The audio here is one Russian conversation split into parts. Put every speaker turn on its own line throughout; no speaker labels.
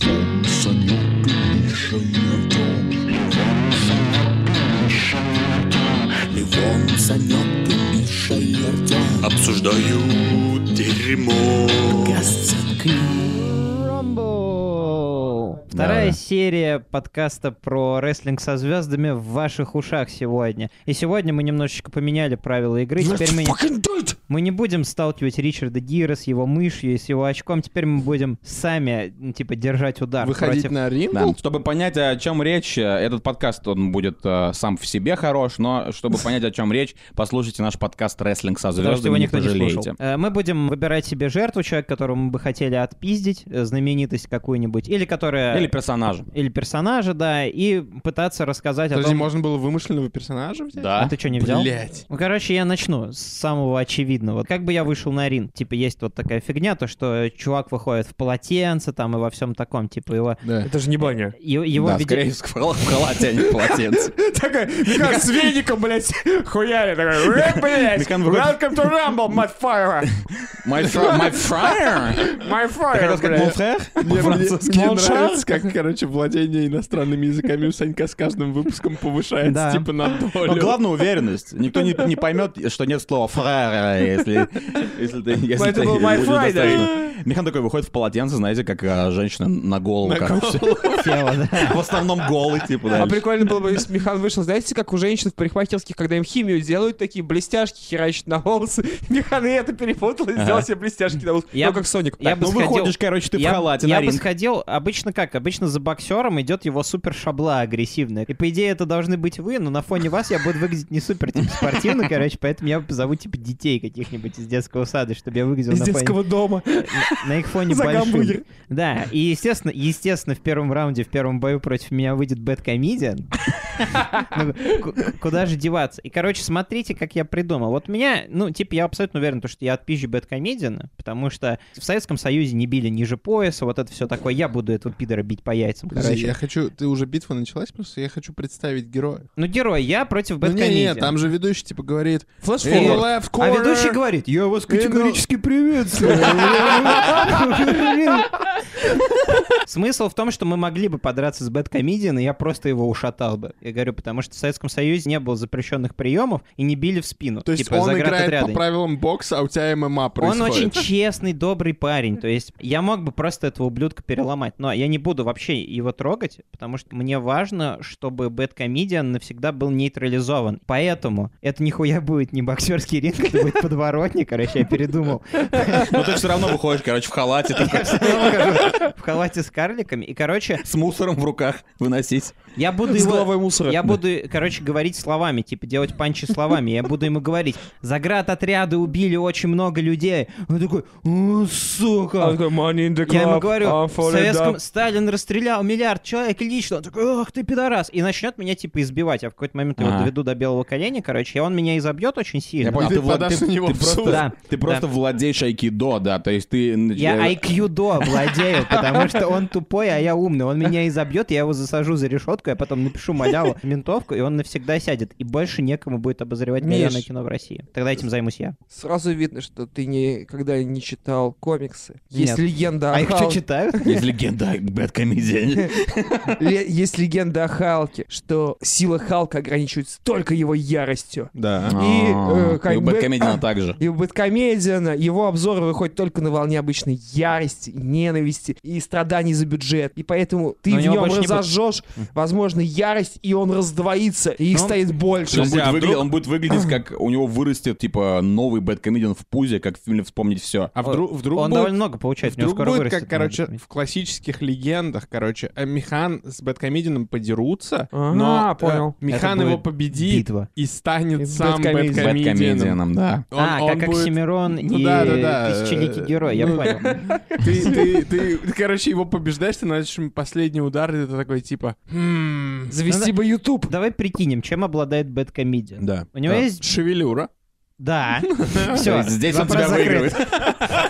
Левон, Санек и Миша Антон. Левон, Санек и Миша Антон. Левон, Санек и Миша Антон. Обсуждают дерьмо.
Rumble. Вторая серия подкаста про рестлинг со звездами в ваших ушах сегодня. И сегодня мы немножечко поменяли правила игры. Теперь мы, не- мы не будем сталкивать Ричарда Гира с его мышью и с его очком. Теперь мы будем сами, м, типа, держать удар
Выходить
против...
на ринг?
Да. Ну, Чтобы понять, о чем речь, э, этот подкаст, он будет э, сам в себе хорош, но чтобы понять, о чем речь, послушайте наш подкаст «Рестлинг со
Потому что его
звездами», не
никто не
пожалеете.
слушал. Э, Мы будем выбирать себе жертву, человека, которому мы бы хотели отпиздить, э, знаменитость какую-нибудь, или которая...
Или персонажа.
или персонажа, да, и пытаться рассказать о
Подожди,
том...
можно было вымышленного персонажа взять?
Да.
А ты что, не взял?
Блять.
Ну, короче, я начну с самого очевидного. Как бы я вышел на ринг? Типа, есть вот такая фигня, то, что чувак выходит в полотенце там и во всем таком, типа, его...
Да.
Это же не баня.
е- Его
да,
виде-
скорее в хал- в халате, а не в полотенце.
Такая, как с веником, блядь, хуяли. Такой, «Э, блядь,
Микан выходит.
welcome to Rumble, motherfucker.
My fr- my friar!
My
Ты хотел
fire,
сказать «mon
блядь.
frère»?
Мне,
По-французски.
мне
Моншар?
нравится, как, короче, владение иностранными языками у Санька с каждым выпуском повышается,
Да.
типа, на долю.
Ну, главное, уверенность. Никто не, не поймет, что нет слова «фрера», если, если ты, если
это
ты
был my
будешь
Friday.
достаточно. Михан такой выходит в полотенце, знаете, как а, женщина на голову. короче.
тело, да.
В основном голый, типа,
А
дальше.
прикольно было бы, если бы Михан вышел, знаете, как у женщин в парикмахерских, когда им химию делают, такие блестяшки херачат на волосы. Михан и это перепутал и сделал себе блестяшки на волосы.
Я
Ну,
б-
как Соник.
я
Так,
бы
Ну,
ну,
сходил-
выходишь, короче, ты в халате
я
на
бы
ринг.
сходил, обычно как? Обычно за боксером идет его супер шабла агрессивная. И по идее это должны быть вы, но на фоне вас я буду выглядеть не супер типа, спортивно, короче, поэтому я позову типа детей каких-нибудь из детского сада, чтобы я выглядел
из
на фоне.
детского дома.
На- На их фоне
За гамбургер.
большим. Да, и естественно, естественно, в первом раунде, в первом бою против меня выйдет Бэт Комедиан. Ну, к- Куда же деваться? И, короче, смотрите, как я придумал. Вот меня, ну, типа, я абсолютно уверен, то, что я отпизжу Бэт Комедиана, потому что в Советском Союзе не били ниже пояса, вот это все такое. Я буду этого пидора бить по яйцам,
Подожди, я
короче.
хочу... Ты уже битва началась просто? Я хочу представить героя.
Ну, герой, я против
Ну, не,
Бэт
не,
Комедиана.
там же ведущий, типа, говорит...
Флэш
«In the
форвард.
left
А ведущий
corner».
говорит, я вас
ну-
категорически приветствую. Смысл в том, что мы могли бы подраться с Бэткомедиан, и я просто его ушатал бы. Я говорю, потому что в Советском Союзе не было запрещенных приемов и не били в спину.
То есть
Типа,
он играет по
заградотряды.
правилам бокса, а у тебя ММА
Он
происходит.
очень честный, добрый парень. То есть я мог бы просто этого ублюдка переломать. Но я не буду вообще его трогать, потому что мне важно, чтобы Бэткомедиан навсегда был нейтрализован. Поэтому это нихуя будет не боксерский ринг, это будет подворотник. Короче, я передумал.
Но ты все равно выходишь, короче, в халате, ты как
в халате с карликами. И, короче,
с мусором в руках выносить.
я буду
С
его-
головой мусора.
Я буду, короче, говорить словами, типа делать панчи словами. Я буду ему говорить, заград отряды убили очень много людей. Он такой, «О,
А он
сука.
такой, «Money in the
Я ему
club,
говорю,
I'm
в
falling
советском
down».
Сталин расстрелял миллиард человек лично. Он такой, ах ты пидорас. И начнет меня типа избивать. Я в какой-то момент его
Ага.
доведу до белого коленя, короче, и он меня изобьет очень сильно.
понял. ты
А вла-
подашь на него в
просто,
суд.
Да,
ты просто владеешь айкидо, да, то есть ты...
Я
э,
IQ до владею, потому что он тупой, а я умный. Он меня изобьет, я его засажу за решетку, я потом напишу маляву ментовку, и он навсегда сядет. И больше некому будет обозревать
Миш.
миллионное кино в России. Тогда этим займусь я.
Сразу видно, что ты никогда не читал комиксы. Есть
Нет.
легенда
А
о
их что
Халке.
читают?
Есть легенда о
э,
Бэткомедиане.
Ле- Есть легенда о Халке, что сила Халка ограничивается только его яростью.
Да.
И, э, как
А, И у
бы-
Бэткомедиана также.
И у Бэткомедиана его обзоры выходят только на волне обычной ярости, ненависти и страданий за бюджет. И поэтому ты
Но
в
у него
нем
больше не будет-
разожжешь, возможно, ярость, и он раздвоится, и их
Но-
станет больше.
Он
Он
будет,
будет
выгля-
вдруг-
он будет выглядеть, как у него вырастет, типа, новый Бэткомедиан в пузе, как в фильме «Вспомнить все».
А вдруг, вдруг
Он
будет-
довольно много получает, у него
Вдруг
скоро
будет,
вырастет.
как,
может
короче,
быть.
в классических легендах, короче, э, Михан с Бэткомедианом подерутся,
А,
Ага,
но э,
понял.
Михан
Это
его
будет
победит
Битва.
и станет
И
сам
Бэткомедиан.
Бэткомедианом.
Бэткомедианом, да.
Он-
а,
он
как
будет-
Оксимирон
Ну
и
да, да, да, э,
Тысячелетний Герой, я
ну,
понял.
Ты, ты, ты, ты, короче, его побеждаешь, ты наносишь ему последний удар, и ты такой, типа, «Хм,
завести бы YouTube.
Давай прикинем, чем обладает Бэткомедиан.
Да.
У него
Да.
есть
Шевелюра.
Да.
То
Все.
есть Здесь он тебя выигрывает.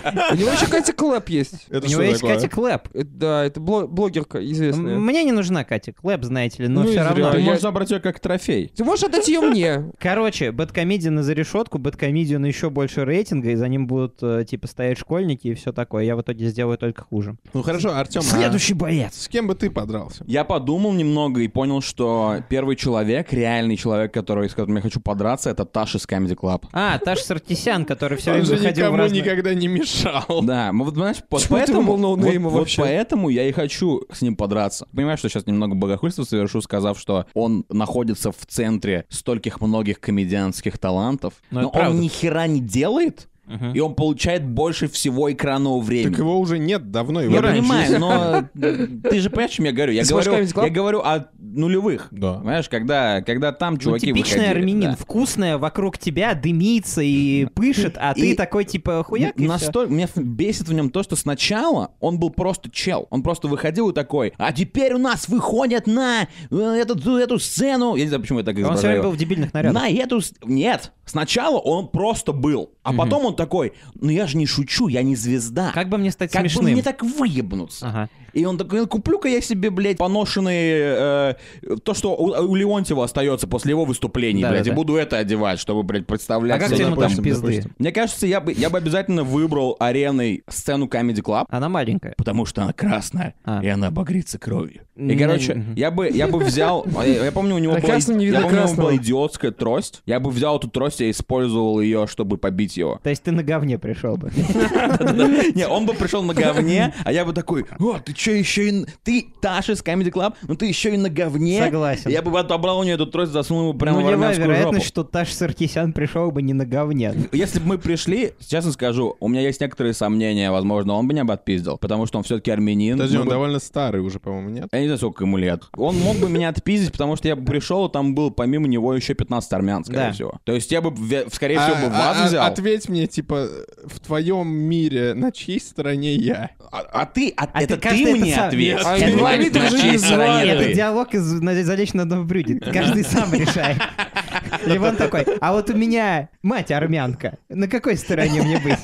У него еще Катя Клэп есть.
У него есть Катя Клэп.
Это, да, это бло- блогерка известная.
М- Мне не нужна Катя Клэп, знаете ли, но
Ну и
все
зря.
равно.
Ты
Я-
можешь забрать ее как трофей.
Ты можешь отдать ее мне.
Короче, Бэткомедиана за решетку, Бэткомедиана еще больше рейтинга, и за ним будут, э, типа, стоять школьники и все такое. Я в итоге сделаю только хуже.
Ну хорошо,
а
Артем,
Следующий боец.
с кем бы ты подрался?
Я подумал немного и понял, что первый человек, реальный человек, который, с которым я хочу подраться, это Таш из Comedy Club.
А, Таш Сартисян, который все
Он
время
же
заходил в
никому
разные...
никогда не мешал.
Да, мы вот, знаешь, по-
Почему ты
поэтому,
выбрал ноунейма
вот- вот
вообще?
поэтому я и хочу с ним подраться. Понимаю, что сейчас немного богохульства совершу, сказав, что он находится в центре стольких многих комедианских талантов,
Но
но,
это правда.
он ни хера не делает,
Мгм.
и он получает больше всего экранного времени.
Так его уже нет давно. его
я
раньше
понимаю,
есть.
но ты же понимаешь, о чем я говорю. Я
Ты смотришь
говорю,
Comedy Club?
я говорю о нулевых.
Да.
Понимаешь, когда, когда там
Ну,
чуваки
типичный
выходили,
армянин,
да.
вкусная, вокруг тебя дымится и пышет, а
И-
ты такой, типа, хуяк, и всё.
Настолько меня ф- бесит в нем то, что сначала он был просто чел. Он просто выходил и такой, а теперь у нас выходят на э, этот, эту сцену. Я не знаю, почему я так
Он все
изображаю.
время был в дебильных нарядах.
На эту... с- Нет, сначала он просто был, а потом он такой, ну я же не шучу, я не звезда.
Как бы мне стать
Как бы
смешным?
мне так выебнуться?
Ага.
И он такой, «Ну, куплю-ка я себе, блядь, поношенные... э, то, что у, у Леонтьева остается после его выступлений,
Да,
блядь,
да,
и
да.
буду это одевать, чтобы, блядь,
А
представлять...
как
себя
тебе
на
ему там
публике».
пизды?
Мне кажется, я бы, я бы обязательно выбрал ареной сцену Comedy Club,
Она маленькая.
потому что она красная,
А.
и она багрится кровью. И,
Мгм. А
короче, я бы, я бы взял... а, Я, я помню, у него
Да
была,
красным не
я
видно
помню, у него
красного.
была идиотская трость. Я бы взял эту трость и использовал ее, чтобы побить его.
То есть ты на говне пришел бы.
Не, он бы пришел на говне, а я бы такой, о, ты че еще и... н- Ты Таша из Comedy Club, но ты еще и на говне.
Согласен.
Я бы отобрал у нее эту трость, засунул бы прямо
ну,
в
любая
армянскую жопу.
вероятность, что Таш Саркисян пришел бы не на говне.
Если бы мы пришли, честно скажу, у меня есть некоторые сомнения, возможно, он бы меня бы отпиздил, потому что он все-таки армянин.
Подожди, ну
Мы
он
бы-
довольно старый уже, по-моему, нет?
Я не знаю, сколько ему лет. Он мог бы меня отпиздить, потому что я бы пришел, и там был помимо него еще 15 армян, скорее
Да.
всего. То есть я бы, ве- скорее
А-
всего, бы вас
а- а-
взял.
Ответь мне, типа, в твоем мире на чьей стороне я?
А, а ты, а,
А
это
ты
ты,
каждый это
мне
сам-
ответь.
А
Это
инвалид
на
уже
чьей
не
стороне
звали.
ты?
Это диалог из на- «Залечь на одном блюде». Каждый сам решает. Ливан такой, а вот у меня мать армянка. На какой стороне мне быть?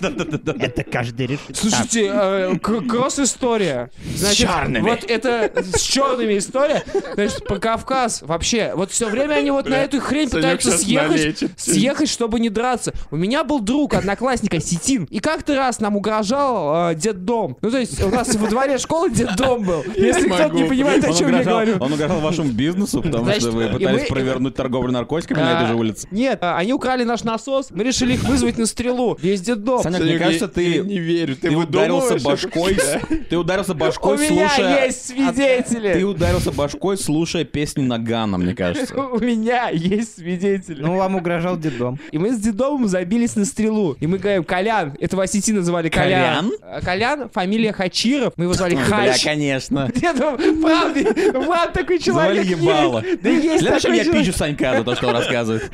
Это каждый решит. сам.
Слушайте, э, к- кросс-история. Значит,
черными.
Вот это с черными история. Значит, по Кавказ вообще. Вот все время они вот на эту хрень
Санёк
пытаются
щас
съехать,
налечит.
съехать, чтобы не драться. У меня был друг, одноклассника, Сетин. И как-то раз нам угрожал э, дом. Ну, то есть у нас во дворе школы дом был. Если кто-то не
могу.
понимает, о
Он
чем я
угрожал,
говорю.
он угрожал вашему бизнесу, потому
Значит,
что вы
и
пытались
мы-
провернуть торговлю наркотиками на
А,
этой же улице.
Нет, а, они украли наш насос, мы решили их вызвать на стрелу. Весь дом.
Санек, мне
Санёк,
кажется,
я-
ты,
я не верю. Ты,
ты ударился
выдумываешь
башкой, с- ты ударился
У
башкой,
меня
слушая...
есть свидетели.
Ты ударился башкой, слушая песню Нагана, мне кажется.
У меня есть свидетели.
Ну, вам угрожал дедом.
И мы с дедомом забились на стрелу. И мы говорим, Колян, этого осети называли Колян. Колян? Колян, фамилия Хачиров, мы его звали
Бля,
Хач.
конечно.
Дедом, правда, Влад такой
Завали
человек
ебало.
есть. Да есть
Зачем
такой
я
человек.
пищу Санька за то, что он рассказывает?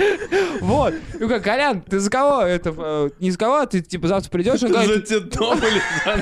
Вот. Ну как, Колян, ты за кого? Это, э, не за кого, ты типа завтра придешь? Он говорит,
это. Дом, блин.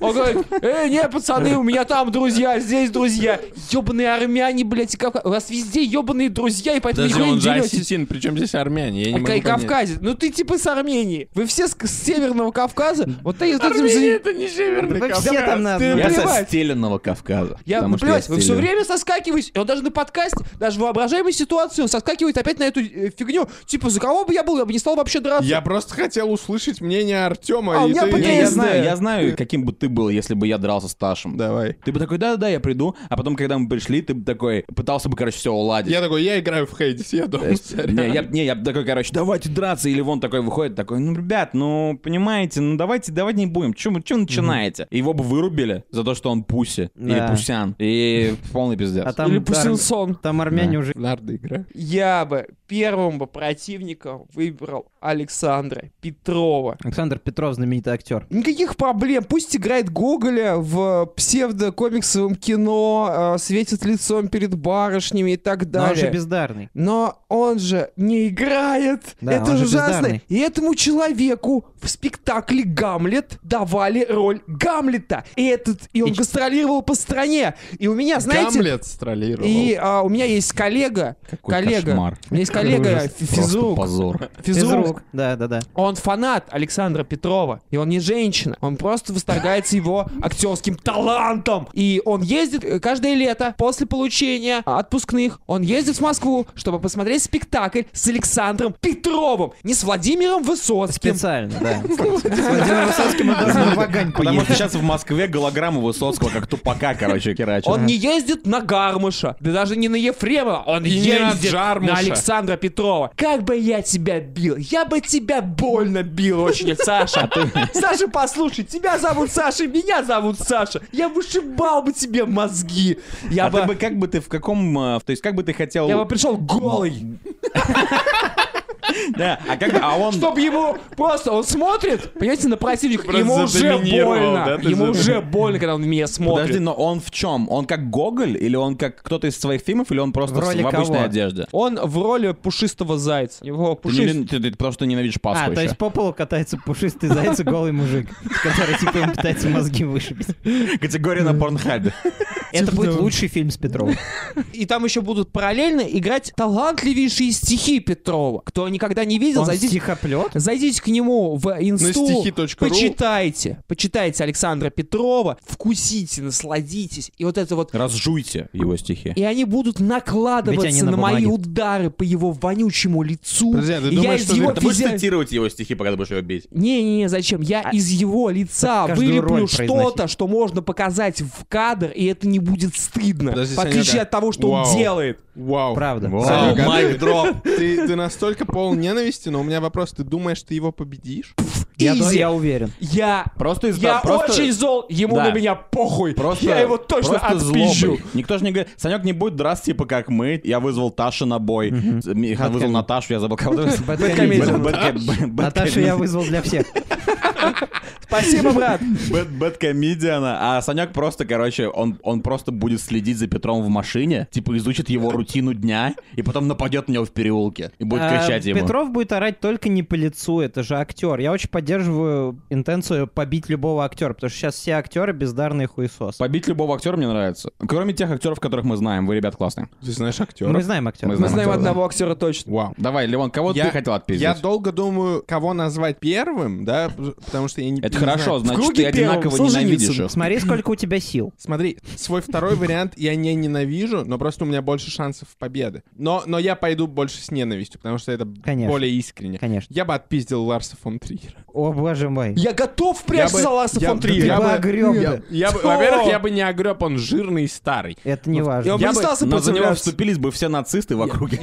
Он говорит, э, не, пацаны, у меня там друзья, здесь друзья. Ёбаные армяне, блядь, и Кавка- У вас везде ёбаные друзья, и поэтому
Подожди,
никуда не
он же
деретесь.
осетин, причем здесь армяне? Я не
А
могу
Кай-
понять.
Кавказе. Ну ты типа с Армении. Вы все с, с Северного Кавказа. Вот ты вот этим
Армения
заня-
это не северный
Вы все
Кавказ.
там на...
ты-
на-
Я со
плевать.
стеленного Кавказа.
Я,
потому
ну,
что
блядь, вы все
стелен.
время соскакиваете. И Он даже на подкасте, даже в воображаемой ситуации, он соскакивает опять на эту э, фигню. Типа, за кого бы я был, я бы не стал вообще драться.
Я просто хотел услышать мнение Артема.
А, у меня
Не, я
ПТСД.
знаю, я знаю, каким бы ты был, если бы я дрался с Ташем.
Давай.
Ты бы такой, да-да-да, я приду, а потом, когда мы пришли, ты бы такой пытался бы, короче, все уладить.
Я такой, я играю в Хейдис, я дома, сорян.
Не, я, б- не, я б такой, короче, давайте драться, или вон такой выходит, такой, ну, ребят, ну, понимаете, ну, давайте, давайте не будем, чем вы чё вы начинаете? И Его бы вырубили за то, что он пуси, или
Да.
пусян, и полный пиздец.
А там,
Или
да,
пустил сон.
там армяне уже...
В нарды играю.
Я бы первым бы противником выбрал Александра Петрова.
Александр Петров, знаменитый актер.
Никаких проблем. Пусть играет Гоголя в псевдокомиксовом кино, э, светит лицом перед барышнями и так
Но он же
далее.
бездарный.
Но он же не играет.
Да,
это
он же
ужасно.
бездарный.
И этому человеку в спектакле Гамлет давали роль Гамлета. И этот, и он
И ч-
гастролировал по стране. И у меня, знаете,
Гамлет стролировал.
и а, у меня есть коллега,
Какой
коллега.
кошмар.
У меня есть коллега
ужас.
Фи- Физрук,
позор.
Физрук,
Да, да, да.
он фанат Александра Петрова, и он не женщина, он просто восторгается его актерским талантом. И он ездит э, каждое лето после получения а, отпускных, он ездит в Москву, чтобы посмотреть спектакль с Александром Петровым, не с Владимиром Высоцким.
Специально, да. С Владимиром Высоцким он должен в огонь
Потому что
поехать.
сейчас в Москве голограмму Высоцкого как тупака, короче, керачит.
Он не ездит на Гармыша, да даже не на Ефремова, он
И не на
ездит на,
Джармуша.
Александра Петрова. Как бы я тебя бил, я бы тебя больно бил очень,
А
Саша. Саша, послушай, тебя зовут Саша, меня зовут Саша. Я вышибал бы тебе мозги. Я
А ты
бы...
бы как бы ты в каком... э, То есть как бы ты хотел...
Я бы пришел голый,
Да, а как бы... А он...
чтобы ему просто он смотрит, понимаете, на противника,
Просто
ему уже
задоминировал, да,
больно,
ты
ему
за- ну
уже больно, когда он на меня
Подожди,
смотрит.
но он в чем? Он как Гоголь? Или он как кто-то из своих фильмов? Или он просто
В
в,
роли
в обычной
кого?
одежде?
Он в роли пушистого зайца. Его
Ты, не
пушист-
ли- ты- ты просто ненавидишь Пасху
А, то
еще.
есть по полу катается пушистый заяц и голый мужик, который типа ему пытается мозги вышибить.
Категория на Порнхабе.
Это будет лучший фильм с Петровым.
И там еще будут параллельно играть талантливейшие стихи Петрова. Кто никогда не видел,
Он Ну,
зайдите,
стихоплет?
зайдите к нему в инсту,
стихи.ру.
почитайте, почитайте Александра Петрова, вкусите, насладитесь. И вот это вот...
Разжуйте его стихи.
И они будут
Ведь они
накладываться
на
на мои
бумаге.
удары по его вонючему лицу.
Подожди, а ты
И я
думаешь,
из
что
его
Ты будешь
физи-
цитировать его стихи, пока ты будешь его бить?
Не-не-не, зачем? Я из его лица
А каждую роль
вылеплю что-то,
произносить.
что можно показать в кадр, и это не будет стыдно.
Подожди,
в
Саня,
отличие
да.
от того, что
Вау.
он делает.
Вау.
Правда.
Вау.
Саня,
Вау,
готовь.
Майк дроп.
Ты, ты настолько полон ненависти, но у меня вопрос, ты думаешь, ты его победишь?
Я
Изи.
я уверен.
Я
Просто из
Я
да, просто...
очень зол, ему
Да.
на меня похуй.
Просто,
я его точно
просто
отпизжу.
злобой. Никто же не говорит, Санек не будет драться, типа, как мы. Я вызвал Таши на бой. Я вызвал Наташу, я забыл кого-то.
Бэдкомедиан.
Бэд- бэд- бэд- бэд-
Наташу я вызвал для всех.
Спасибо, брат.
Бэт, бэткомедиана, а Санек просто, короче, он, он просто будет следить за Петром в машине, типа изучит его рутину дня, и потом нападет на него в переулке и будет
А,
кричать ему.
Петров будет орать только не по лицу, это же актер. Я очень поддерживаю интенцию побить любого актера, потому что сейчас все актеры бездарные хуесосы.
Побить любого актера мне нравится. Кроме тех актеров, которых мы знаем. Вы, ребят, классные.
Ты знаешь актера?
Мы знаем актера.
Мы
Мы знаем
актера,
одного актера точно.
Вау.
Давай, Леон, кого
Я-
ты хотел отпиздить?
Я долго думаю, кого назвать первым, да, потому что я не
Это
не
хорошо,
знаю.
значит, ты
круге первом
одинаково
Солженицын.
ненавидишь их.
Смотри, сколько у тебя сил.
Смотри, свой второй вариант я не ненавижу, но просто у меня больше шансов победы. Но, но я пойду больше с ненавистью, потому что это
Конечно.
более искренне.
Конечно.
Я бы отпиздил Ларса фон Триера.
О, боже мой.
Я готов прячься
бы-
за Ларса
я
фон
бы-
Триера.
Я бы огреб.
Я, я бы-
Что?
во-первых, я бы не огреб, он жирный и старый.
Это не важно.
Я бы
Я
не
бы-
стал
Но за него
сопротивляться.
вступились бы все нацисты в округе.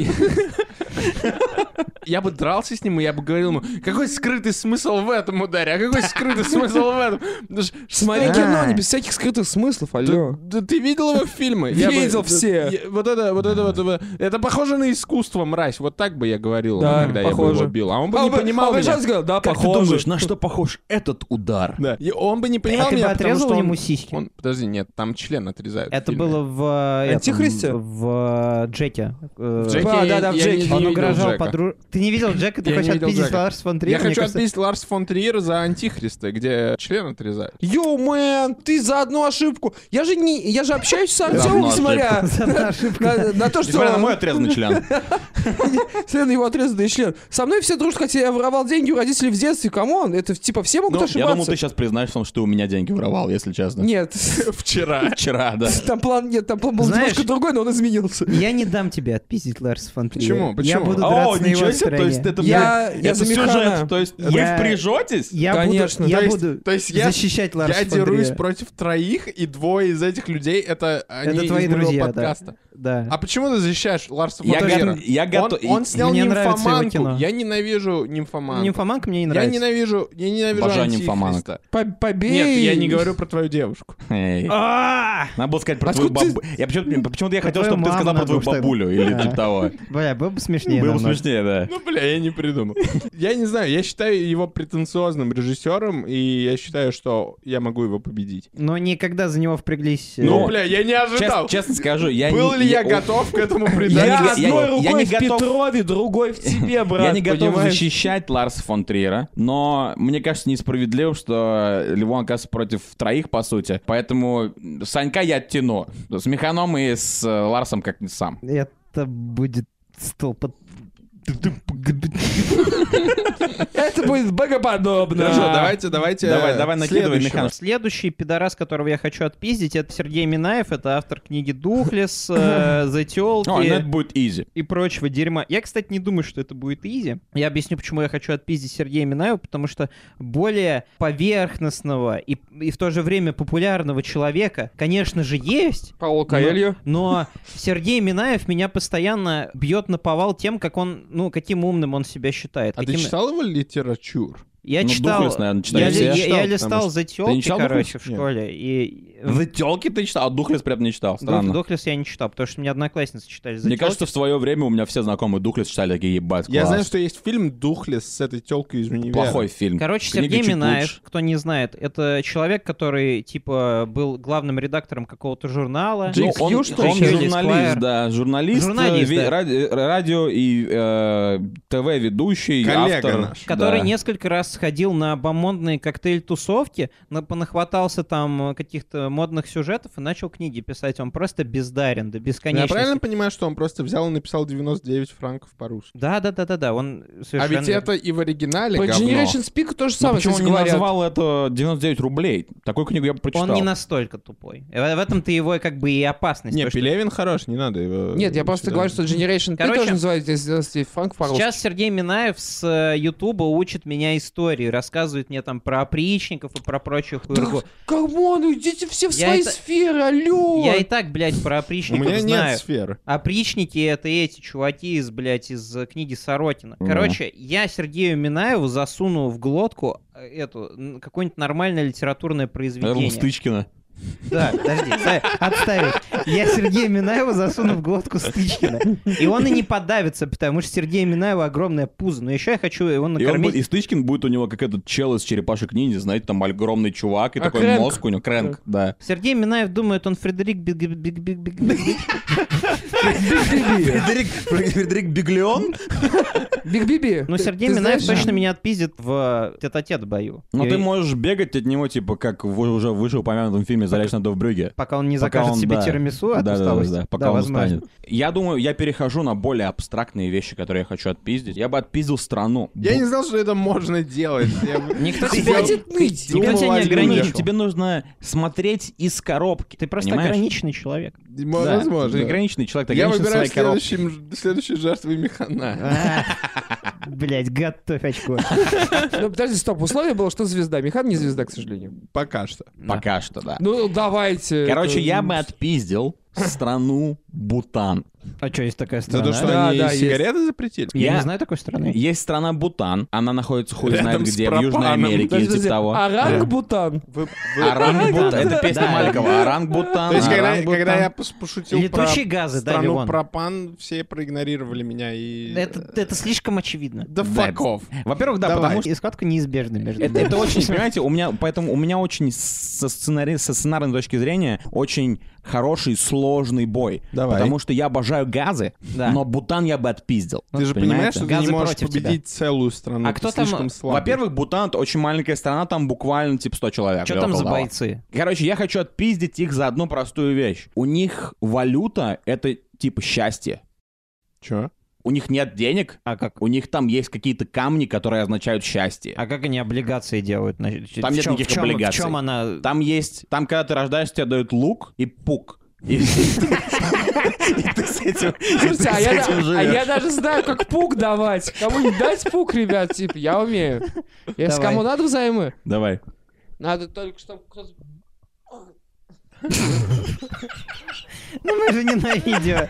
Я бы дрался с ним, и я бы говорил ему, какой скрытый смысл в этом ударе, а какой скрытый смысл в этом? Да ж-
Смотри
Да.
кино, не без всяких скрытых смыслов, алло.
Да ты видел его в фильме? Я бы-
Видел
да,
все.
я- Вот это, вот это, вот это. Это похоже на искусство, мразь. Вот так бы я говорил,
Да,
когда я бы его
похоже.
бил. А он бы
А
не
он бы- а
понимал
он бы
меня.
сейчас говорил, да,
Как ты
похоже.
думаешь, на что похож этот удар?
Да. И он бы не понимал
А ты
меня,
бы
потому
отрезал
что он-
ему сиськи?
он- подожди, нет, там член отрезают. в
Это
фильме.
было в... э, этом,
Антихристе?
В э, Джеке. Э,
Джеки,
Да,
я-
да, в
я
Джеке.
не
Он
видел
угрожал
Джека.
подру... Ты не видел Джека, ты
Я не
хочешь
видел
отпиздить
Джека.
Ларс фон
Я
Триера? Мне
хочу
кажется,
отпиздить Ларс фон Триера за Антихриста, где член отрезают.
Йоу, мэн, ты за одну ошибку. Я же не, я же общаюсь с Артемом,
одну
несмотря
за одну ошибку.
на, на то,
Несмотря Ну, типа, на мой
что
отрезанный член. Ну,
член его отрезанный член. Со мной все дружат, хотя я воровал деньги у родителей в детстве. Камон, это типа все могут
Ну, Я думал,
ошибаться.
ты сейчас признаешься, что ты у меня деньги воровал, если честно.
Нет,
Вчера. Вчера, да.
там план, нет, там план был
Знаешь-
немножко другой, но он изменился.
Я не дам тебе отпиздить Ларса фон Триера.
Почему? Почему?
Я буду
О,
драться на
ничего
его
себе, то
стороне.
есть это
Я-
будет-
я
это
за Михана.
сюжет, то есть вы
Я-
впряжетесь?
Я
Конечно.
буду, я
То есть-
буду
то есть я-
защищать Ларса
Я
фон
дерусь
Триера.
против троих, и двое из этих людей это они
Это твои
из моего
друзья,
подкаста.
Да.
А почему ты защищаешь Ларса фон
Я
Триера?
готов- я готов-
Он, он снял
Мне нравится его кино.
нимфоманку. Я ненавижу нимфоманку.
Ну, Нимфоманка мне не
Я
нравится.
ненавижу, я ненавижу
Обожаю
Антихриста.
нимфоманок.
По- Побей.
Нет, я не говорю про твою девушку.
Эй. Надо было сказать про твою
Откуда ты-
бабу. Я почему-то почему-то я хотел,
твою
чтобы ты сказал
маму
про твою
надо было что-то.
бабулю или
Да.
типа того.
Бля, было бы смешнее
Было бы
намного.
смешнее, да.
Ну, бля, я не придумал. Я не знаю, я считаю его претенциозным режиссером, и я считаю, что я могу его победить.
Но никогда за него впряглись... э,
Ну, бля, я не
Чест-
ожидал.
Честно скажу, я
Был
не-
ли я
о-
готов к этому
Я
Я
не-
предательству?
я-
одной
я не
рукой в
готов.
Петрове, другой в тебе, брат.
Я не готов
понимаешь?
защищать Ларса фон Триера, но мне кажется несправедливо, что Левон оказывается против троих, по сути. Поэтому Санька я оттяну. С Механом и с э, Ларсом как-нибудь сам.
Это будет столпо...
Э,
Это будет
Хорошо,
богоподобно.
давайте, давайте.
Давай, давай, накидывай,
следующего.
Михан.
Следующий пидорас, которого я хочу отпиздить, это Сергей Минаев, это автор книги «Духлес», э, «The Тёлки»
О, ну это будет изи.
и прочего дерьма. Я, кстати, не думаю, что это будет изи. Я объясню, почему я хочу отпиздить Сергея Минаева, потому что более поверхностного и, и в то же время популярного человека, конечно же, есть,
Пауло Коэльо.
но Сергей Минаев меня постоянно бьет на повал тем, как он, ну, каким умным он себя считает.
А ты
каким-
читал его литературу?
Я
Ну,
читал...
Духлес, наверное, читали
я,
все.
я- я
Читал,
листал
потому
за
Ты не
тёлки,
читал
короче,
Духлес?
в
Нет.
школе. И...
В телке ты читал, а Духлес прям не читал.
Дух-
Странно.
Духлес я не читал, потому что у меня одноклассницы читали за
Мне
тёлки.
кажется, в свое время у меня все знакомые Духлес читали, такие ебать,
Я
класс».
знаю, что есть фильм «Духлес» с этой телкой из универа.
Плохой фильм.
Короче,
Книга
Сергей
чуть
Минаев,
лучше.
кто не знает, это человек, который, типа, был главным редактором какого-то журнала.
Ну, он,
Ю, что ли?
он
Или
журналист,
Esquire.
да, журналист,
Журналист,
э, ве-
да.
ради- радио и э, ТВ ведущий,
Коллега
автор,
наш.
Который
да. Ну,
несколько раз сходил на бомондные коктейль-тусовки, на- понахватался там э, каких-то модных сюжетов и начал книги писать. Он просто бездарен до
Ну, Я
бесконечности.
правильно понимаю, что он просто взял и написал 99 франков по-русски?
Да, да, да, да, да. Он
А
совершенно.
ведь это и в оригинале
По
говно.
Generation Speak то же
Ну,
самое,
почему
кстати,
он не
говорят.
назвал это 99 рублей? Такую книгу я бы прочитал.
Он не настолько тупой. Э, В этом-то его как бы и опасность.
Не,
то, что
Пелевин хорош, не надо его...
Нет, я просто
сюда.
говорю, что Generation P
Короче,
тоже называют здесь 12 франк по-русски.
Сейчас Сергей Минаев с э, Ютуба учит меня истории, рассказывает мне там про опричников и про прочую хуйгу.
Камон, уйдите все в
Я
свои
это-
сферы, алло!
Я и так, блядь, про
У
опричников
меня
знаю.
нет сферы.
Опричники — это эти чуваки из, блядь, из э, книги Сорокина.
Да.
Короче, я Сергею Минаеву засуну в глотку э, эту, н- какое-нибудь нормальное литературное
Наверное,
произведение.
Стычкина.
Да, подожди, Сай, отставить. Я Сергея Минаева засуну в глотку Стычкина. И он и не подавится, потому что Сергея Минаева огромное пузо. Но еще я хочу его
И, он будет- и
накормить.
Стычкин будет у него как этот чел из черепашек ниндзя, знаете, там огромный чувак, и
А,
такой
Крэнк.
мозг у него. Крэнк, да.
Сергей Минаев думает, он Фредерик Биг... Биг... Биг... Биг... Биг- Биг-
Фредерик, Фредерик Биглион?
Биг Биби.
Но
ты-
Ну, Сергей
ты
Минаев
знаешь,
точно меня отпиздит в э, тет-а-тет бою.
Ну,
И
ты можешь бегать от него, типа, как в уже вышеупомянутом фильме «Залечь надо в брюге».
Пока он не
Пока
закажет
он,
себе
да.
тирамису от
Да, да, да,
усталости.
да, пока
Да,
он
возможно.
устанет. Я думаю, я перехожу на более абстрактные вещи, которые я хочу отпиздить. Я бы отпиздил страну.
Я
Бу-
не знал, что это можно делать. Я бы-
Никто
Ты
тебя...
Хватит ныть!
Никто
думал
тебя
о
не
людях.
ограничит.
Тебе нужно смотреть из коробки.
Ты просто
понимаешь?
ограниченный человек.
М-
Да, ты
Возможно.
ограниченный человек, ты
Я
ограничен
выбираю
в своей коробке.
следующим, следующей жертвой Механа.
Блять, готовь очко.
Ну, подожди, стоп, условие было, что звезда. Механ не звезда, к сожалению.
Пока что.
Пока что, да.
Ну, давайте.
Короче,
это-
я бы отпиздил страну Бутан.
А что, есть такая
За то,
страна?
что
Да,
они
да,
сигареты запретили.
Я
Я-
не знаю такой страны.
Есть страна Бутан, она находится хуй знает
Рядом с
где, в Южной
пропаном. А,
Америке,
Подожди,
или
подожди,
типа того.
Оранг-бутан.
Вы- вы-
А Орангбутан.
Да,
Это
да,
песня
да.
Маликова. Орангбутан,
То есть, когда,
орангбутан.
когда я пос- пошутил
Летучие
про
газы, да,
страну
Ливон?
пропан, все проигнорировали меня и...
Это, это слишком очевидно.
Да
Да,
fuck off.
Во-первых, да,
Давай.
потому что...
И схватка неизбежна между
Это, это очень, понимаете, у меня, поэтому у меня очень со, сценари- со сценарной точки зрения очень хороший, сложный бой.
Давай.
Потому что я обожаю газы,
Да.
но Бутан я бы отпиздил.
Ты же понимаешь, что ты не
Газы
можешь
против
победить целую страну.
А
ты
кто там-
слишком слабый.
Во-первых, Бутан — это очень маленькая страна, там буквально типа 100 человек.
Что
или
там
около
за
того.
бойцы?
Короче, я хочу отпиздить их за одну простую вещь. У них валюта — это типа счастье.
Чё?
У них нет денег,
А как?
у них там есть какие-то камни, которые означают счастье.
А как они облигации делают? Там
Там нет никаких облигаций.
В чем она...
Там есть, там, когда ты рождаешься, тебе дают лук и пук. И и ты с этим и ты
Слушайте, а
с
я,
этим
да- а я
живешь.
даже знаю, как пук давать. Кому не дать пук, ребят, типа, я умею. Если
Давай.
кому надо взаймы,
Давай.
надо только, чтобы кто-то...
Ну мы же не на видео.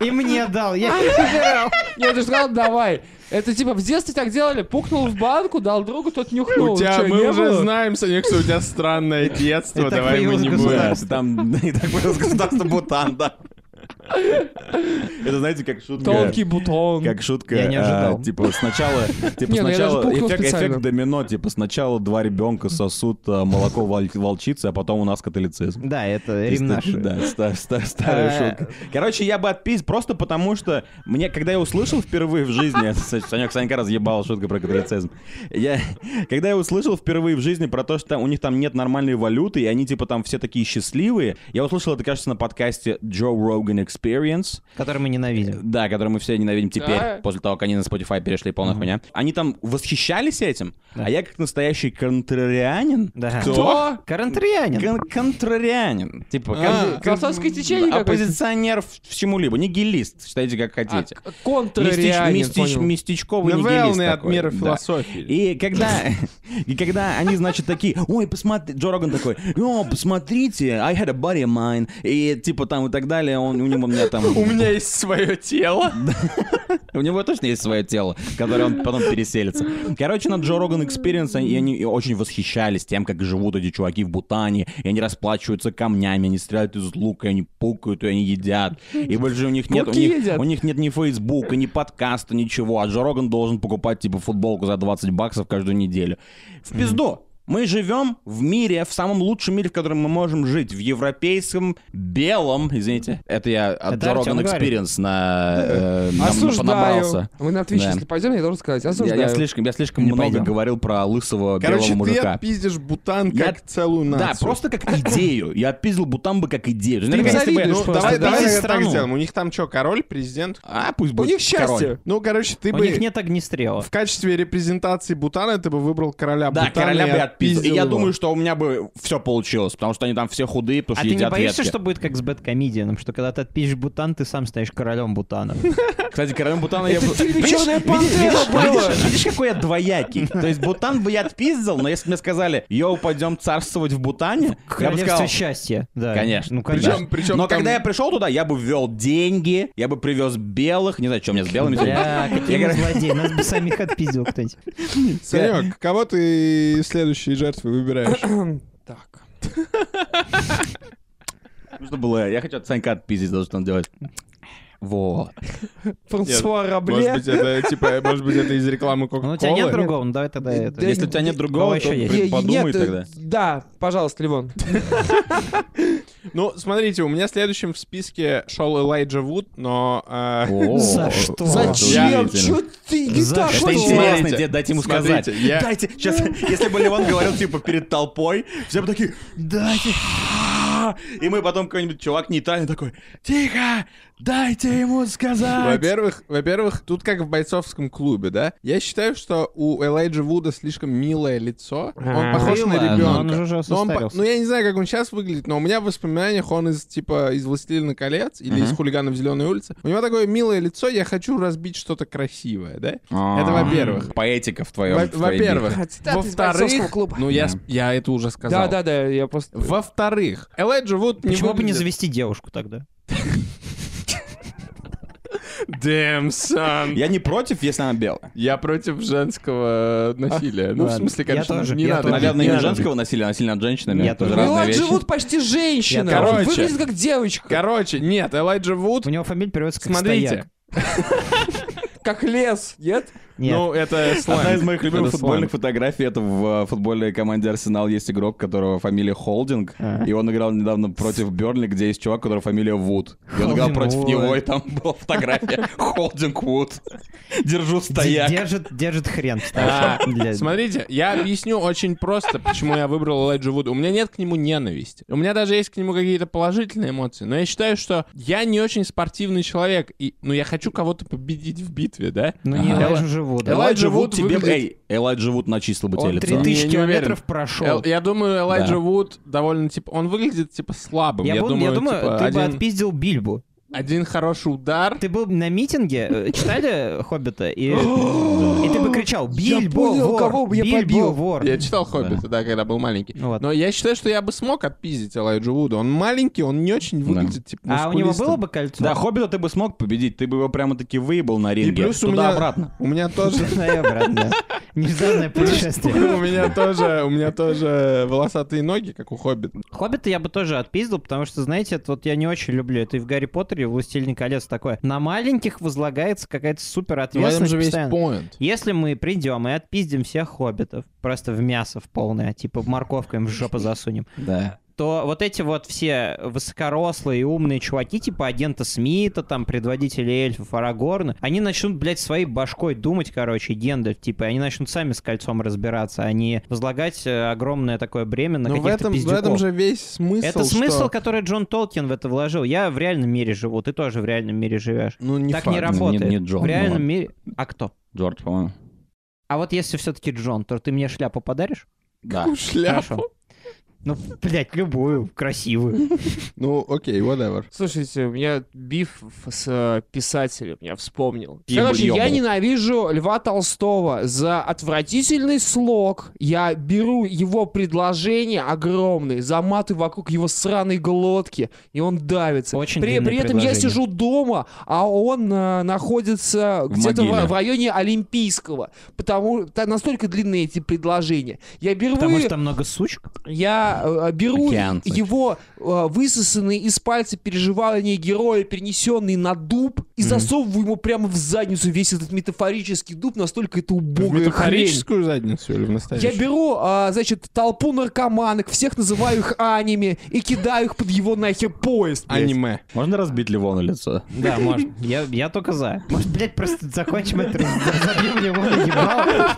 И мне дал, я не забирал.
Нет, ты же сказал, давай. Это типа в детстве так делали, пукнул в банку, дал другу, тот
ну,
нюхнул.
у тебя,
Чё,
мы
не
уже
было?
знаем, Санек, что у тебя странное детство,
Это
давай мы
появилось
не будем.
Да,
государство.
ты там и так появилось государство Бутан, да. Это, знаете, как шутка.
Тонкий бутон.
Как шутка,
Я не
а,
ожидал.
типа сначала, типа
Не, ну я даже
сначала
пукнул
эффект,
специально.
эффект домино, типа сначала два ребенка сосут а, молоко вол- волчицы, а потом у нас католицизм.
Да, это
То есть
Рим
это,
наш.
Да, ста- ста- старая
А.
шутка. Короче, я бы отпиздил просто потому, что мне, когда я услышал впервые в жизни... это, кстати, Санек Санька разъебала шутка про католицизм. Я, когда я услышал впервые в жизни про то, что там- у них там нет нормальной валюты, и они типа там все такие счастливые, я услышал это, кажется, на подкасте Joe Rogan Experience,
Который мы ненавидим.
да, который мы все ненавидим теперь,
Да.
после того, как они на Spotify перешли полная хуйня. Они там восхищались этим, а я как настоящий контрарианин...
Да.
Кто?
Карантрианин.
кон- контрарианин.
А.
Типа, кон-
Кон- Философское течение какое-то.
оппозиционер А в- всему-либо, нигилист, считайте, как
А,
хотите.
к-
Мистич-
Контрреален,
мистич-
понял.
Местечковый нигилист
Новеллы от
такой,
мира
да.
философии.
И когда, и когда они, значит, такие, ой, посмотри, Джо Роган такой, о, посмотрите, I had a body of mine, и типа там и так далее, он, у него у меня там...
У меня есть свое тело.
У него точно есть свое тело, которое он потом переселится. Короче, на Джо Роган Экспириенс они, и они очень восхищались тем, как живут эти чуваки в Бутане, и они расплачиваются камнями, они стреляют из лука, и они пукают, и они едят. И больше у них нет, у
Пауки
них,
едят.
у них нет ни Фейсбука, ни подкаста, ничего. А Джо Роган должен покупать, типа, футболку за 20 баксов каждую неделю. В пизду! Мы живем в мире, в самом лучшем мире, в котором мы можем жить, в европейском белом, извините, это я от
Это
Джо
Артём
Роган
говорит.
Экспириенс на, э, нам
Осуждаю.
понабрался.
Мы на Twitch,
Да.
если пойдем, я должен сказать.
Я, я
Осуждаю.
слишком, я слишком
Не
много
пойдем.
говорил про лысого
Короче,
белого
ты
мужика.
отпиздишь Бутан
Я-
как целую
Да,
нацию.
просто как идею. Я отпиздил Бутамбы как идею. Знаешь,
меня
если бы-
завидуешь
Ну,
просто,
да?
давай, давай
Отпиздить
наверное, так
страну.
сделаем. У них там что, король, президент?
А, пусть
У
будет
них
король.
счастье.
Ну, короче, ты
У
бы
них нет огнестрела.
в качестве репрезентации Бутана ты бы выбрал короля
Да,
Бутана
короля
и
бы отпиздил. И я
его.
думаю, что у меня бы все получилось, потому что они там все худые, потому
А
что
ты не
едят
боишься,
ветки.
что будет как с бэткомедианом, что когда ты отпишешь Бутан, ты сам станешь королем Бутана?
Кстати, королем Бутана я...
Это
бы-
в фильме
Видишь,
«Черная
видишь,
пантера»
видишь,
было.
видишь, видишь, какой я двоякий. То есть Бутан бы я отпиздил, но если бы мне сказали, йоу, пойдем царствовать в Бутане, я бы
Королевство
сказал,
счастья. Да.
Конечно.
Ну,
Да.
конечно.
Причем- причем
Но
там-
когда я пришел туда, я бы ввел деньги, я бы привез белых, не знаю, что у меня с белыми.
Бля, какие
Я
мы
говорю,
злодеи. Нас бы самих отпиздил кто-нибудь.
Санек, кого ты следующей жертвой выбираешь?
Так.
Что было? Я хочу от Санька отпиздить за то, что он делает. Вот.
Франсуа
Может
Рабле.
быть, это типа, может быть, это из рекламы
Ну, у
Кока-Колы?
тебя нет другого? Ну, давай тогда это.
Да
Если у тебя нет другого,
Кого
то
еще
блин,
Е-
подумай
нет, э,
тогда.
Да, пожалуйста, Ливон.
Ну, смотрите, у меня следующим в списке шел Элайджа Вуд, но... э,
За что?
Зачем?
Удивительно.
Чё ты не
За
так
что?
Это
вообще?
интересно.
интересно, дед, дайте ему сказать.
Смотрите, я-
Дайте, сейчас, если бы Ливан говорил, типа, перед толпой, все бы такие, дайте. И мы потом какой-нибудь чувак нейтральный такой, тихо, дайте ему сказать.
Во-первых, во-первых, тут как в бойцовском клубе, да? Я считаю, что у Элайджа Вуда слишком милое лицо. Он
А,
похож на
было, но
ребенка.
он уже ужасно
Но он по-
состарился.
Ну, я не знаю, как он сейчас выглядит, но у меня в воспоминаниях он из, типа, из «Властелина колец» или из «Хулиганов зеленой улицы». У него такое милое лицо, я хочу разбить что-то красивое, да? Это во-первых.
Поэтика в твоем.
Во-
в твоей
Во-первых.
А, цитаты из бойцовского
Во-вторых,
клуба.
ну, я, с- я это уже сказал.
Да, да, да, я просто...
Э, Во-вторых, Элайджа Вуд не
Почему бы не
выглядит-
завести девушку тогда?
Damn, son.
Я не против, если она белая.
Я против женского насилия. Ну, в
А, ладно.
смысле,
Я
конечно,
тоже,
не
я
надо.
тоже.
Наверное,
не
не
надо.
женского насилия, а насилие над женщинами.
Я
Это же
ну,
тоже.
разные
Элайджа
вещи.
Вуд Ну, почти женщина.
Я
тоже.
Выглядит как девочка.
Короче, нет, Элайджа Вуд,
У него фамилия переводится как
Смотрите.
Стояк.
Как лес. Нет?
Нет.
ну, это сленг.
Одна из моих любимых
Это
футбольных фотографий это в э, футбольной команде Арсенал есть игрок, которого фамилия Холдинг.
А.
И он играл недавно против Берли, где есть чувак, которого фамилия Вуд. И он играл
Холдинг,
против
вот.
него, и там была фотография Холдинг Вуд. Держу
Д-
стояк.
Держит, держит хрен.
А,
Для-
Смотрите, я объясню очень просто, почему я выбрал Элайджа Вуда. У меня нет к нему ненависти. У меня даже есть к нему какие-то положительные эмоции. Но я считаю, что я не очень спортивный человек. И, ну, я хочу кого-то победить в битве, да?
Ну, не
Ага.
Элайджа Живода.
Элайджа
Элайджа Вуд
Вуд
тебе...
выглядит-
Эй, Элайджа Вут начислил бы тебе
Он
лицо.
3000
Не, не уверен.
километров прошел.
Эл- Э, я думаю, Элайджа
Да.
Вуд довольно, типа, он выглядит, типа, слабым.
Я, был- я думаю,
типа,
ты бы
один,
отпиздил Бильбу.
один хороший удар.
Ты был на митинге, э, читали «Хоббита», и, и ты бы кричал «Бильбо,
понял,
вор!
кого бы я
Бильбо,
побил!»
вор!»
Я читал «Хоббита», да, когда был маленький.
Ну вот.
Но я считаю, что я бы смог отпиздить Элайджа Вуда. Он маленький, он не очень выглядит, типа,
А у него
мускулистым.
было бы кольцо?
Да, Хоббита ты бы смог победить, ты бы его прямо-таки выебал на
И
ринге.
плюс у меня...
Туда-обратно.
У меня тоже...
Да, и обратно. Нежданное путешествие.
У меня тоже, у меня тоже волосатые ноги, как у Хоббита.
Хоббита я бы тоже отпиздил, потому что, знаете, это вот я не очень люблю. Это и в Гарри Поттере, и в «Властелине колец» такое. На маленьких возлагается какая-то супер
Ну,
ответственность постоянно.
поинт.
Если мы придем и а отпиздим всех хоббитов, просто в мясо в полное, типа морковкой им в жопу засунем,
Да.
что вот эти вот все высокорослые и умные чуваки, типа агента Смита, там, предводители эльфов Арагорна, они начнут, блядь, своей башкой думать, короче, Гендальф, типа, и они начнут сами с кольцом разбираться, а не возлагать э, огромное такое бремя на
Но Ну, в
каких-то
этом, в
пиздюков.
этом же весь смысл.
Это смысл,
что-
который Джон Толкин в это вложил. Я в реальном мире живу, ты тоже в реальном мире живешь.
Ну, не
так
факт.
не работает.
Не- не Джон,
в
ну
реальном
ладно.
мире. А кто?
Джордж, по-моему.
А вот если все-таки Джон, то ты мне шляпу подаришь?
Да.
Шляпу.
Хорошо. Ну, блядь, любую, красивую.
Ну, окей, whatever.
Слушайте, у меня биф в- с э, писателем, я вспомнил.
Ебл-
Короче, я
ебл.
ненавижу Льва Толстого за отвратительный слог. Я беру его предложение огромное, заматы вокруг его сраной глотки, и он давится.
Очень
при,
длинное
при этом я
предложение.
сижу дома, а он э, находится где-то в,
могиле.
в районе Олимпийского. Потому та- настолько длинные эти предложения. Я беру
Потому что много сучек.
я э, беру
Океан, значит.
его э, высосанные из пальца переживания героя, перенесенные на дуб, и засовываю ему прямо в задницу весь этот метафорический дуб, настолько это
В
убогая хрень.
метафорическую задницу или в
Я
настоящую?
беру, а, значит, толпу наркоманок, всех называю их анями и кидаю их под его нахер поезд. блядь.
Аниме.
Можно разбить Ливона лицо?
Да, можно. Я, я только за. Может, блядь, просто закончим это, разобьем его ебало.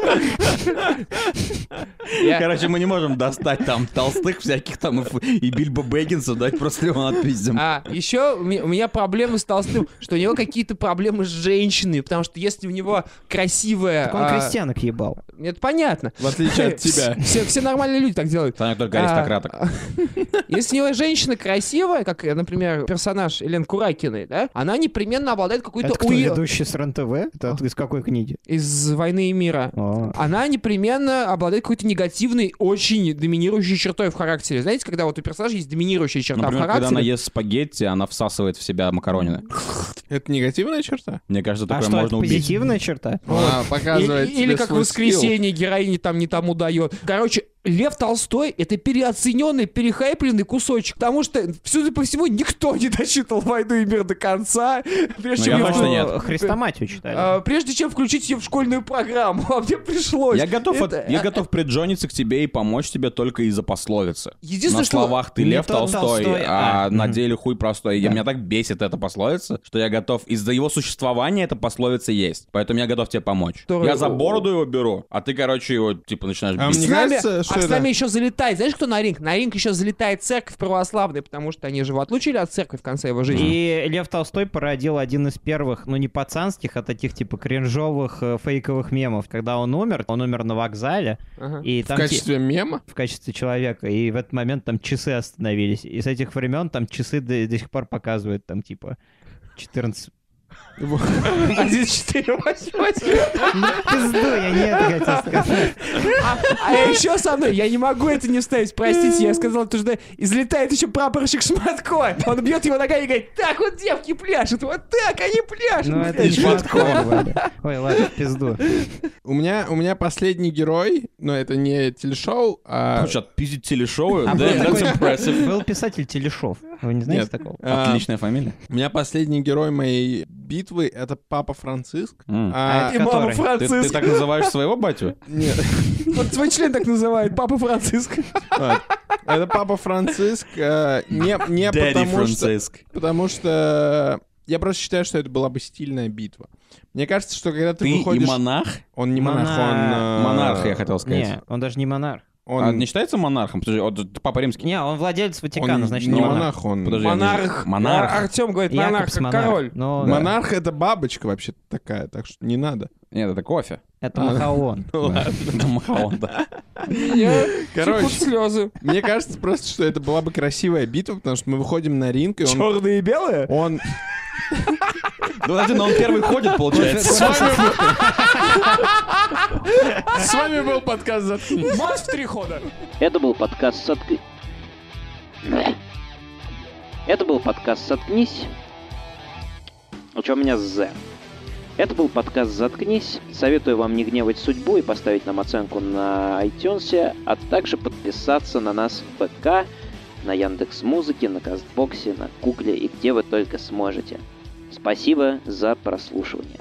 Короче, мы не можем достать там толстых всяких там и, Ф- и Бильбо Бэггинса, дать просто Ливона отпиздим.
А еще у меня, у меня проблемы с Толстым, что у него какие-то проблемы с женщиной, потому что если у него красивая...
Так он
а,
крестьянок ебал.
Это понятно.
В отличие от тебя.
Все, все нормальные люди так делают.
Санек только аристократок. Ну,
А, Если у него женщина красивая, как, э, например, персонаж Елен Куракиной, да, она непременно обладает какой-то
Это кто,
уе-
ведущий с РЕН-ТВ? Это от- из какой книги?
из «Войны и мира».
О.
Она непременно обладает какой-то негативной, очень доминирующей чертой в характере. Знаете, когда вот у персонажа есть доминирующая черта
Например,
в
когда она
характере,
ест спагетти, она всасывает в себя макаронины.
Это негативная черта?
Мне кажется,
А
такое
что, это
можно убить.
позитивная черта?
А,
Или,
показывает
или
тебе
как в
свой скилл.
воскресенье героине там не тому дает. Короче, Лев Толстой — это переоцененный, перехайпленный кусочек, потому что, судя по всему, никто не дочитал «Войну и мир» до конца. Прежде
Ну,
я
чем его-
точно нет.
Христоматию читали.
А, прежде чем включить ее в школьную программу, а мне пришлось.
Я готов, от-
Это-
я
а-
готов приджониться к тебе и помочь тебе только из-за пословицы.
Единственное,
на
что-
словах ты
Не
Лев
тот
Толстой,
Толстой,
а,
а.
на
Мгм.
деле хуй простой. И Меня так бесит эта пословица, что я готов... Из-за его существования эта пословица есть. Поэтому я готов тебе помочь.
Здорово.
Я за бороду его беру, а ты, короче, его, типа, начинаешь
А
бить.
С
Мне
нами,
кажется,
а
что
с
это-
нами еще залетает. Знаешь, кто на ринг? На ринг еще залетает церковь православная, потому что они же его отлучили от церкви в конце его жизни.
И Лев Толстой породил один из первых, ну не пацанских, а таких типа кринжовых э, фейковых мемов. Когда он умер, он умер на вокзале,
Ага.
и
В
там те-
качестве мема?
в качестве человека, и в этот момент там часы остановились. И с этих времен там часы до, до сих пор показывают там типа 14...
Один, четыре, восемь, восемь.
Ну, пизду, я не это хотел сказать.
А а еще со мной, я не могу это не вставить, простите, я сказал, то, что излетает еще прапорщик Шматко. Он бьет его ногами и говорит, так вот девки пляшут, вот так они пляшут.
Ну, это не шматко, Валя. Ой, ладно, в пизду.
У меня, у меня последний герой, но это не телешоу, а...
Хочешь отпиздить телешоу?
А был
Damn, that's
такой-
impressive.
Был писатель Телешов. Вы не знаете
Нет.
такого?
а,
Отличная фамилия.
У меня последний герой моей битвы — это Папа Франциск.
М.
А,
И мама
Который?
Ты, ты
Франциск.
так называешь своего батю?
нет,
Вот свой член так называют, папа Франциск.
вот. Это Папа Франциск э, не, не потому что... Потому что я просто считаю, что это была бы стильная битва. Мне кажется, что когда ты,
Ты и
выходишь...
монах?
Он не монах,
Мона-
он... э,
Монарх, я хотел сказать.
Не, он даже не монарх.
Он,
А не считается монархом? Подожди, вот это папа римский.
Не, он владелец
он
Ватикана, значит,
не
не
монарх,
монарх.
он...
Подожди, я не-
Монарх.
Монарх.
Артем говорит, монарх,
Якобс
как
монарх.
король.
Ну, да.
Монарх — это бабочка вообще такая, так что не надо.
Нет, это кофе.
Это Махаон.
Да, Махаон, да.
Я
Короче.
текут слезы.
Мне кажется просто, что это была бы красивая битва, потому что мы выходим на ринг, и он...
Черные и белые?
Он...
Ну, подожди, но он первый ходит, получается.
С вами был- С вами был подкаст «Заткнись».
Мать в три хода.
Это был подкаст «Соткнись». Это был подкаст «Соткнись». У чего у меня «З». Это был подкаст «Заткнись». Советую вам не гневать судьбу и поставить нам оценку на iTunes, а также подписаться на нас в ВК, на Яндекс Музыке, на Кастбоксе, на Гугле и где вы только сможете. Спасибо за прослушивание.